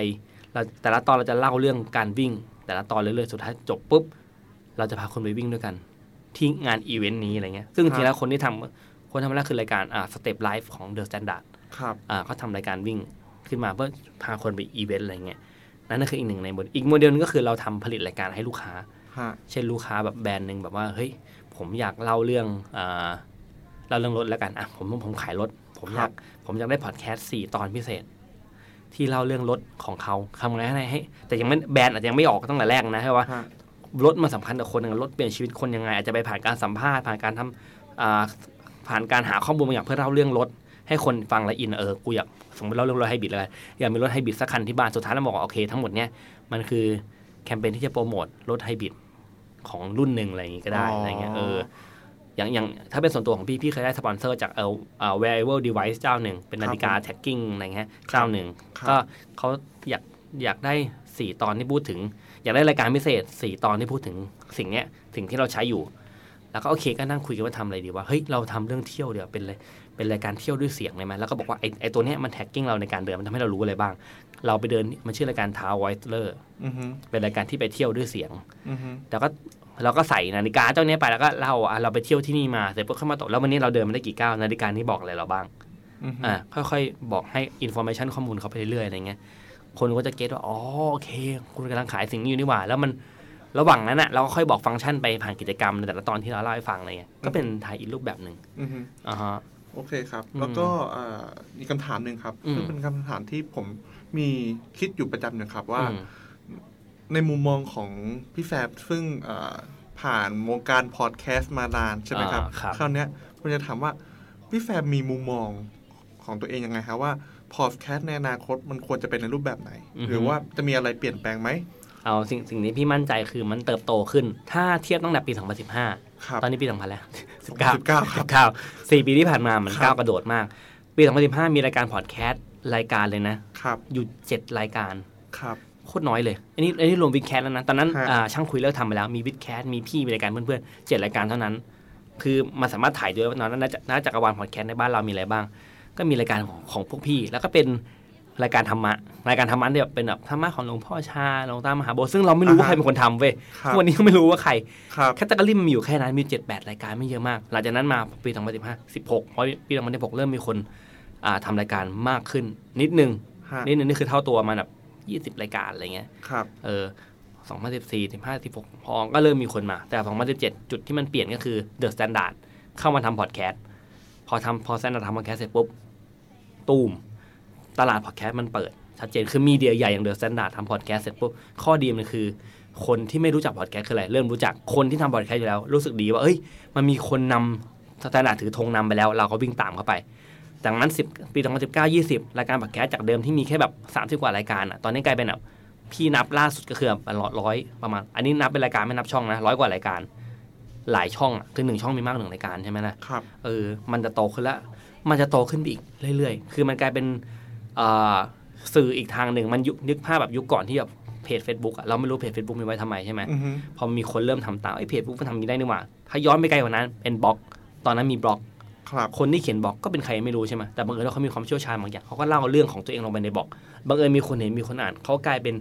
Speaker 3: เราแต่ละตอนเราจะเล่าเรื่องการวิ่ง แต่ละตอนเรื่อยๆสุดท้ายจบปุ๊บเราจะพาคนไปวิ่งด้วยกัน ที่งานอีเวนต์นี้อะไรเงี้ยซึ่งจริงๆแล้วคนที่ทำคนทำแรกคือรายการอ่าสเต็ปไลฟ์ของเดอะสแตนดาร์ด
Speaker 2: ครับ
Speaker 3: อ่าเขาทำรายการวิ่งขึ้นมาเพื่อพาคนไปอีเวนต์อะไรเงี้ยนั่นก็คืออีกหนึ่งในบทอีกโมเดลหนึงก็คือเราทำผลิตรายการให้ลูกค้า
Speaker 2: ฮะ
Speaker 3: เช่นลูกค้าแบบแบรนด์หนึ่งแบบว่าเฮ้ยผมอยากเล่าเรื่องอ่าเล่าเรื่องรถแล้วกันอ่ะผมผมขายรถ ผมอ
Speaker 2: ครั
Speaker 3: ยา
Speaker 2: บ
Speaker 3: กผมอยากได้พอดแคสต์สี่ตอนพิเศษ ที่เล่าเรื่องรถของเขาทำไงให้ให้ แต่ยังไม่แบรนด์อาจจะยังไม่ออกตั้งแต่แรกนะใช่ปะ
Speaker 2: ฮะ
Speaker 3: รถมันสำคัญต่อคนหนึ่งรถเปลี่ยนชีวิตคนยังไง อาจจะไปผ่านการสัมภาษณ์ผ่านการทำอ่าผ่านการหาข้อมูลบางอย่างเพื่อเล่าเรื่องรถ ให้คนฟังและอินเออกูอยากสมมติเล่าเรื่องรถไฮบริดเลยอยากมีรถไฮบริดสักคันที่บ้านสุดท้ายเราบอกว่าโอเคทั้งหมดเนี้ยมันคือแคมเปญที่จะโปรโมทรถไฮบริดของรุ่นหนึ่งอะไรอย่างงี้ก็ได้
Speaker 2: อ๋ออ
Speaker 3: อะไรเงี้ยเอออย่างอย่างถ้าเป็นส่วนตัวของพี่พี่เคยได้สปอนเซอร์จากเออเอ่อ wearable device เจ้าหนึ่งเป็นนาฬิกา tracking อะไรเงี้ยเจ้าหนึ่ง
Speaker 2: ครับ
Speaker 3: ก็เขาอยากอยากได้สี่ตอนที่พูดถึง อยากได้รายการพิเศษสี่ตอนที่พูดถึงสิ่งเนี้ยสิ่งที่เราใช้อยู่ แล้วก็โอเคก็นั่งคุยกันว่าทำอะไรดีว่าเฮ้ยเราทำเรื่องเที่ยวเดี๋ยวาเป็นเลยเป็นรายการเที่ยวด้วยเสียงเลยไหมแล้วก็บอกว่าไอไอตัวเนี้ยมันแท็กกิ้งเราในการเดินมันทำให้เรารู้อะไรบ้าง เราไปเดินมันชื่อรายการทาวไวเลอร์
Speaker 2: อือฮึ
Speaker 3: เป็นรายการที่ไปเที่ยวด้วยเสียง
Speaker 2: อือฮึ
Speaker 3: แล้วก็เราก็ใส่นาฬิกาเจ้าเนี้ยไปแล้วก็เล่าอ่ะเราไปเที่ยวที่นี่มาเสร็จปุ๊บเข้ามาตกแล้ววันนี้เราเดินมาได้กี่ก้าวนาฬิกานี้บอกอะไรเราบ้าง
Speaker 2: อือฮึ
Speaker 3: อ่าค่อยๆ บอกให้อินโฟ a t ชันข้อมูลเขาไปเรื่อยๆอะไรเงี้ยคนก็จะเก็ตว่า อ๋อ โอเค คุณกำลังขายสิ่งนี้อยู่นี่หว่า แล้วมันระหว่างนั้นอ่ะเราก็ค่อยบอกฟังก์ชันไปผ่านกิจกรรมในแต่ละตอนที่เราเล่าให้ฟังอะไรเงี้ยก็เป็นไทยอินรูปแบบหนึ่ง
Speaker 2: อือฮึ
Speaker 3: อ่าฮะ
Speaker 2: โอเคครับ
Speaker 3: อืม
Speaker 2: แล้วก็อ่าอีกคำถามหนึ่งครับ
Speaker 3: อืม
Speaker 2: ซึ่งเป็นคำถามที่ผมมีคิดอยู่ประจำนะครับว่า
Speaker 3: อืม
Speaker 2: ในมุมมองของพี่แฟบซึ่งอ่า ผ่านวงการพอดแคสต์มานานใช่ไหมครับ
Speaker 3: อ่าครับ
Speaker 2: คราวเนี้ยผมจะถามว่าพี่แฟมมีมุมมองของตัวเองยังไงครับว่าพอดแคสต์ในอนาคตมันควรจะเป็นในรูปแบบไหน หรือว่าจะมีอะไรเปลี่ยนแปลงไหม
Speaker 3: เอาสิ่งสิ่งที่พี่มั่นใจคือมันเติบโตขึ้น ถ้าเทียบตั้งแต่ปี 2015
Speaker 2: ครับ
Speaker 3: ตอนนี้ปี 2000 แล้ว
Speaker 2: 19
Speaker 3: 19
Speaker 2: ครับ
Speaker 3: 19สี่ปีที่ผ่านมามัน
Speaker 2: ครั
Speaker 3: ก้าว
Speaker 2: บ
Speaker 3: กระโดดมาก ปี 2015 มีรายการพอดแคสต์รายการเลยนะ
Speaker 2: ครับ
Speaker 3: อยู่ 7 รายการ
Speaker 2: ครับ
Speaker 3: โคตรน้อยเลย อันนี้อันนี้รวมวิดแคสแล้วนะ ตอนนั้น
Speaker 2: ฮะ
Speaker 3: อ่าช่างคุยเลิกทำไปแล้ว มีวิดแคสมีพี่มีรายการเพื่อนๆเจ็ดรายการเท่านั้น คือมันสามารถถ่ายด้วยว่าตอนนั้นน่าจะน่าจักรวาลพอดแคสต์ในบ้านเรามีอะไรบ้าง ก็มีรายการของของพวกพี่ แล้วก็เป็นรายการธรรมะ รายการธรรมะเนี่ยแบบเป็นแบบธรรมะของหลวงพ่อชา หลวงตามหาบัวซึ่งเราไม่รู้ว่าใครเป็นคนทำเว้ย
Speaker 2: ครับ
Speaker 3: ทุกวันนี้ก็ไม่รู้ว่าใคร
Speaker 2: ครับ
Speaker 3: แคตตาล็อมันมีอยู่แค่นั้น มี 7 8 รายการไม่เยอะมาก หลังจากนั้นมาปี2015 16เพราะปี2016เริ่มมีคนอ่าทำรายการมากขึ้น นิดนึง
Speaker 2: ฮะ
Speaker 3: นิดนึงนี่คือเท่าตัวมันแบบ20 รายการอะไรเงี้ย
Speaker 2: ครับ
Speaker 3: เออ2014 15 16 พอก็เริ่มมีคนมา แต่ 2017 จุดที่มันเปลี่ยนก็คือ The Standard เข้ามาทำพอดแคสต์ พอทำพอ Standard ทำพอดแคสต์เสร็จปุ๊บ ตูม ตลาดพอดแคสต์มันเปิด ชัดเจน คือมีเดียใหญ่อย่าง The Standard ทำพอดแคสต์เสร็จปุ๊บ ข้อดีมันคือ คนที่ไม่รู้จักพอดแคสต์คืออะไร เริ่มรู้จัก คนที่ทำพอดแคสต์อยู่แล้ว รู้สึกดีว่า เอ้ย มันมีคนนำ Standard ถือธงนำไปแล้ว เราก็วิ่งตามเข้าไป จากนั้น10ปี2019 20 รายการพอดแคสต์จากเดิมที่มีแค่แบบ30 กว่ารายการอ่ะ ตอนนี้กลายเป็นแบบ พี่นับล่าสุดก็คือประมาณร้อยประมาณ อันนี้นับเป็นรายการไม่นับช่องนะร้อยกว่ารายการ หลายช่องอะคือหนึ่งช่องมีมากกว่าหนึ่งรายการใช่ไหมล่ะ
Speaker 2: ครับ
Speaker 3: เออมันจะโตขึ้นละมันจะโตขึ้นไปอีกเรื่อยๆ คือมันกลายเป็นเอ่อสื่ออีกทางหนึ่งมันยุคนึกภาพแบบยุคก่อนที่แบบเพจ Facebook อะเราไม่รู้เพจ Facebook มีไว้ทำไมใช่ไหม
Speaker 2: อือฮึ
Speaker 3: พอมีคนเริ่มทำตามไอ้เพจบุ๊กมันทำอย่างนี้ได้นี่หว่า ถ้าย้อนไปไกลกว่านั้นเป็นบล็อก ตอนนั้นมีบล็อก
Speaker 2: ครับ
Speaker 3: คนที่เขียนบล็อกก็เป็นใครไม่รู้ใช่ไหมแต่บังเอิญว่าเขามีความเชี่ยวชาญบางอย่างเขาก็เล่าเรื่องของตัวเองลงไปในบล็อกบังเอิญมีคนเห็นมีคนอ่านเขากลายเป็น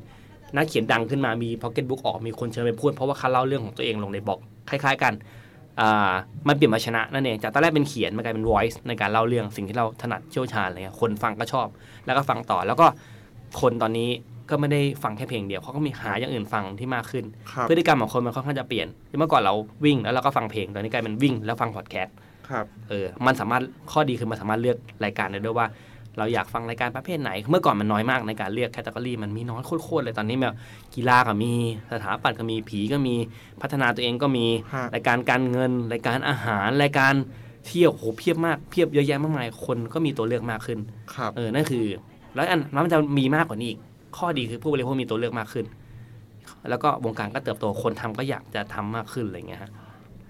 Speaker 3: นักเขียนดังขึ้นมามีพ็อกเก็ตบุ๊กออกมีคนเชิญไปพูดเพราะว่าเขาเล่าเรื่องของตัวเองลงในบล็อกคล้าย ๆกันอ่ามันเปลี่ยนมาชนะนั่นเองจากตอนแรกเป็นเขียนมันกลายเป็น voice ในการเล่าเรื่องสิ่งที่เราถนัดเชี่ยวชาญอะไรเงี้ยคนฟังก็ชอบ แล้วก็ฟังต่อแล้วก็คนตอนนี้ก็ไม่ได้ฟังแค่เพลงเดียวเขาก็มีหาอย่างอื่นฟังที่มากขึ้น
Speaker 2: ครับ
Speaker 3: พฤติกรรมของคนมันค่อนข้างจะเปลี่ยนเมื่อก่อนเราวิ่งแล้วเราก็ฟังเพลงตอนนี้กลายเป็นวิ่งแล้วฟังพอดแคสต์
Speaker 2: ครับ
Speaker 3: เออ มันสามารถ ข้อดีคือมันสามารถเลือกรายการได้ด้วยว่า เราอยากฟังรายการประเภทไหน เมื่อก่อนมันน้อยมากในการเลือกแคตตา o r y มันมีน้อยโคตรๆเลยตอนนี้แบบกีฬาก็มี สถาปัตย์ก็มี ผีก็มี พัฒนาตัวเองก็มี
Speaker 2: ฮะ
Speaker 3: รายการการเงิน รายการอาหาร รายการเที่ยวโหเพียบมาก เพียบเยอะแยะมากมาย คนก็มีตัวเลือกมากขึ้น
Speaker 2: ครับ
Speaker 3: เออ นั่นคือ แล้วอันมันจะมีมากกว่านี้อีก ข้อดีคือผู้บริโภคมีตัวเลือกมากขึ้น แล้วก็วงการก็เติบโต คนทำก็อยากจะทำมากขึ้นอะไรอย่างเงี้ยฮะ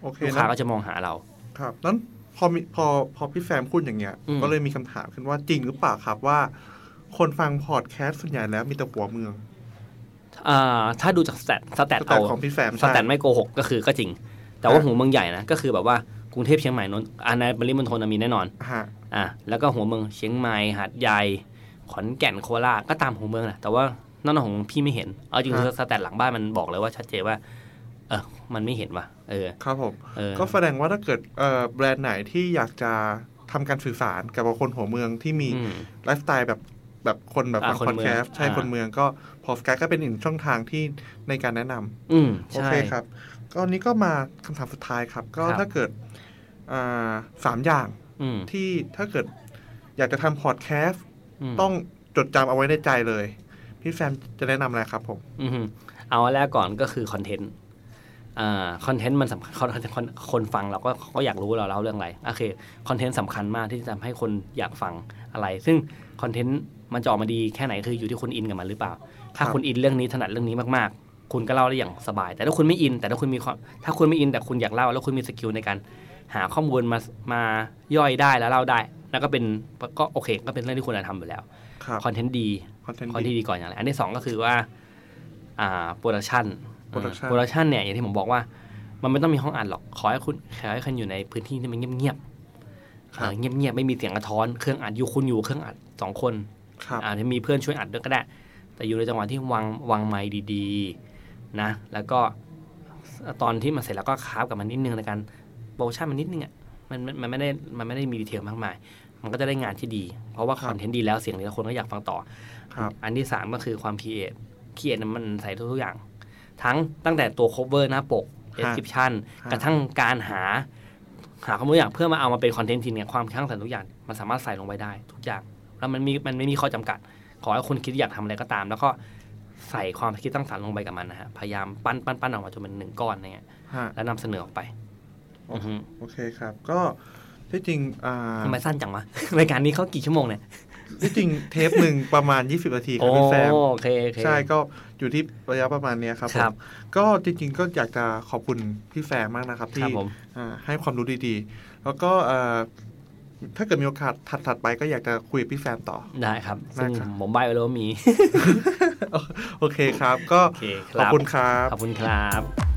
Speaker 2: โอเค
Speaker 3: ลูก
Speaker 2: นะ
Speaker 3: ค้าก็จะมองหาเรา
Speaker 2: ครับนั้นพอมีพอพอพี่แฟมพูดอย่างเงี้ย
Speaker 3: อืม
Speaker 2: ก็เลยมีคำถามขึ้นว่าจริงหรือเปล่าครับว่า คนฟังพอดแคสต์ส่วนใหญ่แล้วมีแต่หัวเมือง
Speaker 3: อ่าถ้าดูจากสแตทสแตท
Speaker 2: สแต่
Speaker 3: เอา
Speaker 2: ของพี่แฟม
Speaker 3: ส
Speaker 2: ใช่
Speaker 3: แตทไม่โกหกก็คือก็จริง แต่ว่า
Speaker 2: ฮะ
Speaker 3: หัวเมืองใหญ่นะ ก็คือแบบว่ากรุงเทพเชียงใหม่นนท์อ่าในปริมณฑลน่ะมีแน่นอน
Speaker 2: ฮะ
Speaker 3: อ่ะแล้วก็หัวเมืองเชียงใหม่หาดใหญ่ขอนแก่นโคราชก็ตามหัวเมืองแหละแต่ว่านอกจากของพี่ไม่เห็นเอาจริงๆสแตทหลังบ้านมันบอกเลยว่าชัดเจนว่า เออมันไม่เห็นว่ะเออ
Speaker 2: ครับผม
Speaker 3: เออ
Speaker 2: ก็แสดงว่าถ้าเกิดเอ่อแบรนด์ไหนที่อยากจะทำการสื่อสารกับคนหัวเมืองที่มี
Speaker 3: อืม
Speaker 2: ไลฟ์สไตล์แบบแบบคนแบบ
Speaker 3: อ่า
Speaker 2: ฟัง
Speaker 3: คน
Speaker 2: พอด
Speaker 3: เมือง
Speaker 2: แคสต์ใช่
Speaker 3: อ่า
Speaker 2: คนเมืองก็พอดแคสต์ก็เป็นอีกช่องทางที่ในการแนะนำ
Speaker 3: อืม
Speaker 2: โอ
Speaker 3: ใช่
Speaker 2: เคครับก็อันนี้ก็มาคำถามสุดท้ายครับ ก็
Speaker 3: ครับ
Speaker 2: ถ้าเกิดอ่าสามอย่าง
Speaker 3: อืม
Speaker 2: ที่ถ้าเกิดอยากจะทำพอดแคสต์
Speaker 3: ม
Speaker 2: ต้องจดจำเอาไว้ในใจเลย พี่แฟมจะแนะนำอะไรครับผม
Speaker 3: อือหือเอาอันแรกก่อนก็คือคอนเทนต์อ่าคอนเทนต์มันสำคัญคนคนคนฟังเราก็เขาก็อยากรู้เราเล่าเรื่องอะไรโอเคคอนเทนต์สำคัญมากที่จะทำให้คนอยากฟังอะไร ซึ่งคอนเทนต์มันจะออกมาดีแค่ไหนคืออยู่ที่คุณอินกับมันหรือเปล่า ถ้า
Speaker 2: ครับ
Speaker 3: คุณอินเรื่องนี้ถนัดเรื่องนี้มากๆ คุณก็เล่าได้อย่างสบาย แต่ถ้าคุณไม่อิน แต่ถ้าคุณมีความถ้าคุณไม่อินแต่คุณอยากเล่าแล้วคุณมีสกิลในการหาข้อมูลมามาย่อยได้แล้วเล่าได้ แล้วก็เป็นก็โอเค ก็เป็นเรื่องที่คุณจะทำอยู่แล้ว
Speaker 2: ครับ
Speaker 3: คอนเทนต์ดี
Speaker 2: คอนเทนต์
Speaker 3: ข้อที่
Speaker 2: ดี
Speaker 3: ดีก่อนอย่างไรกอันที่สองก็คือว่า อ่า โปรดักชัน
Speaker 2: Production
Speaker 3: โปรดักชันเนี่ย อย่างที่ผมบอกว่า มันไม่ต้องมีห้องอัดหรอก ขอให้คุณขอให้คุณอยู่ในพื้นที่ที่มันเงียบๆ
Speaker 2: ค
Speaker 3: เอ
Speaker 2: รับ
Speaker 3: อเงียบๆ ไม่มีเสียงกระท้อน เครื่องอัดอยู่คุณอยู่เครื่องอัดสองคน
Speaker 2: ครับ
Speaker 3: อาจจะมีเพื่อนช่วยอัดด้วยก็ได้ แต่อยู่ในจังหวะที่วางวางไมค์ดีๆนะ แล้วก็ตอนที่มันเสร็จแล้วก็คราฟกับมันนิดนึงในการโปรโมชั่นมันนิดนึงอ่ะมันมันมันไม่ได้มันไม่ได้มีดีเทลมากมาย มันก็จะได้งานที่ดี เพราะว่าคอนเทนต์ดีแล้วเสียงดีแล้วคนก็อยากฟังต่อ
Speaker 2: ครับ
Speaker 3: อันที่ 3 ก็คือความคิดเอทคิดเอทมันใส่ทุกๆอย่าง ทั้งตั้งแต่ตัว cover หน้าปก description
Speaker 2: ะ
Speaker 3: กระทั่งการหา หาข้อมูลอย่างเพื่อมาเอามาเป็นคอนเทนต์ทีเนี่ยความทั้างสรรค์ทุกอย่างมันสามารถใส่ลงไปได้ทุกอย่าง แล้วมันมีมันไม่มีข้อจำกัด ขอให้คุณคิดอยากทำอะไรก็ตาม แล้วก็ ใส่ความคิดสร้างสรรค์ลงไปกับมันนะฮะ พยายามปั้นปั้นปั้นออกมาจนเป็นหนึ่งก้อนอะไรเงี้ย
Speaker 2: ฮะ
Speaker 3: แล้วนำเสนอออกไปอือฮึ
Speaker 2: โอเคครับ ก็ที่จริงอ่า
Speaker 3: ทำไมสั้นจังวะ รายการนี้เขากี่ชั่วโมงเนี่ย
Speaker 2: ที่จริงเทปหนึ่งประมาณ 20นาทีค
Speaker 3: โอ
Speaker 2: รับพี่แซม
Speaker 3: โอเคโอเค
Speaker 2: ใช่ก็อยู่ที่ระยะประมาณเนี้ยครับ
Speaker 3: ครับ
Speaker 2: ผมก็จริงๆก็อยากจะขอบคุณพี่แฟร์มากนะครับ
Speaker 3: ค
Speaker 2: ที่
Speaker 3: รับผม
Speaker 2: อ่าให้ความรู้ดีๆ แล้วก็เอ่อถ้าเกิดมีโอกาสถัดๆไปก็อยากจะคุยกับพี่แฟร์ต่อ
Speaker 3: ได้ครับ
Speaker 2: ได้
Speaker 3: ซึ่ง
Speaker 2: ครับ
Speaker 3: ผมใบไว้แล้วว่ามี
Speaker 2: โอเคครับ ก็
Speaker 3: โอเคค
Speaker 2: ขอบ
Speaker 3: รับ
Speaker 2: คุณครับ
Speaker 3: ขอบคุณครับ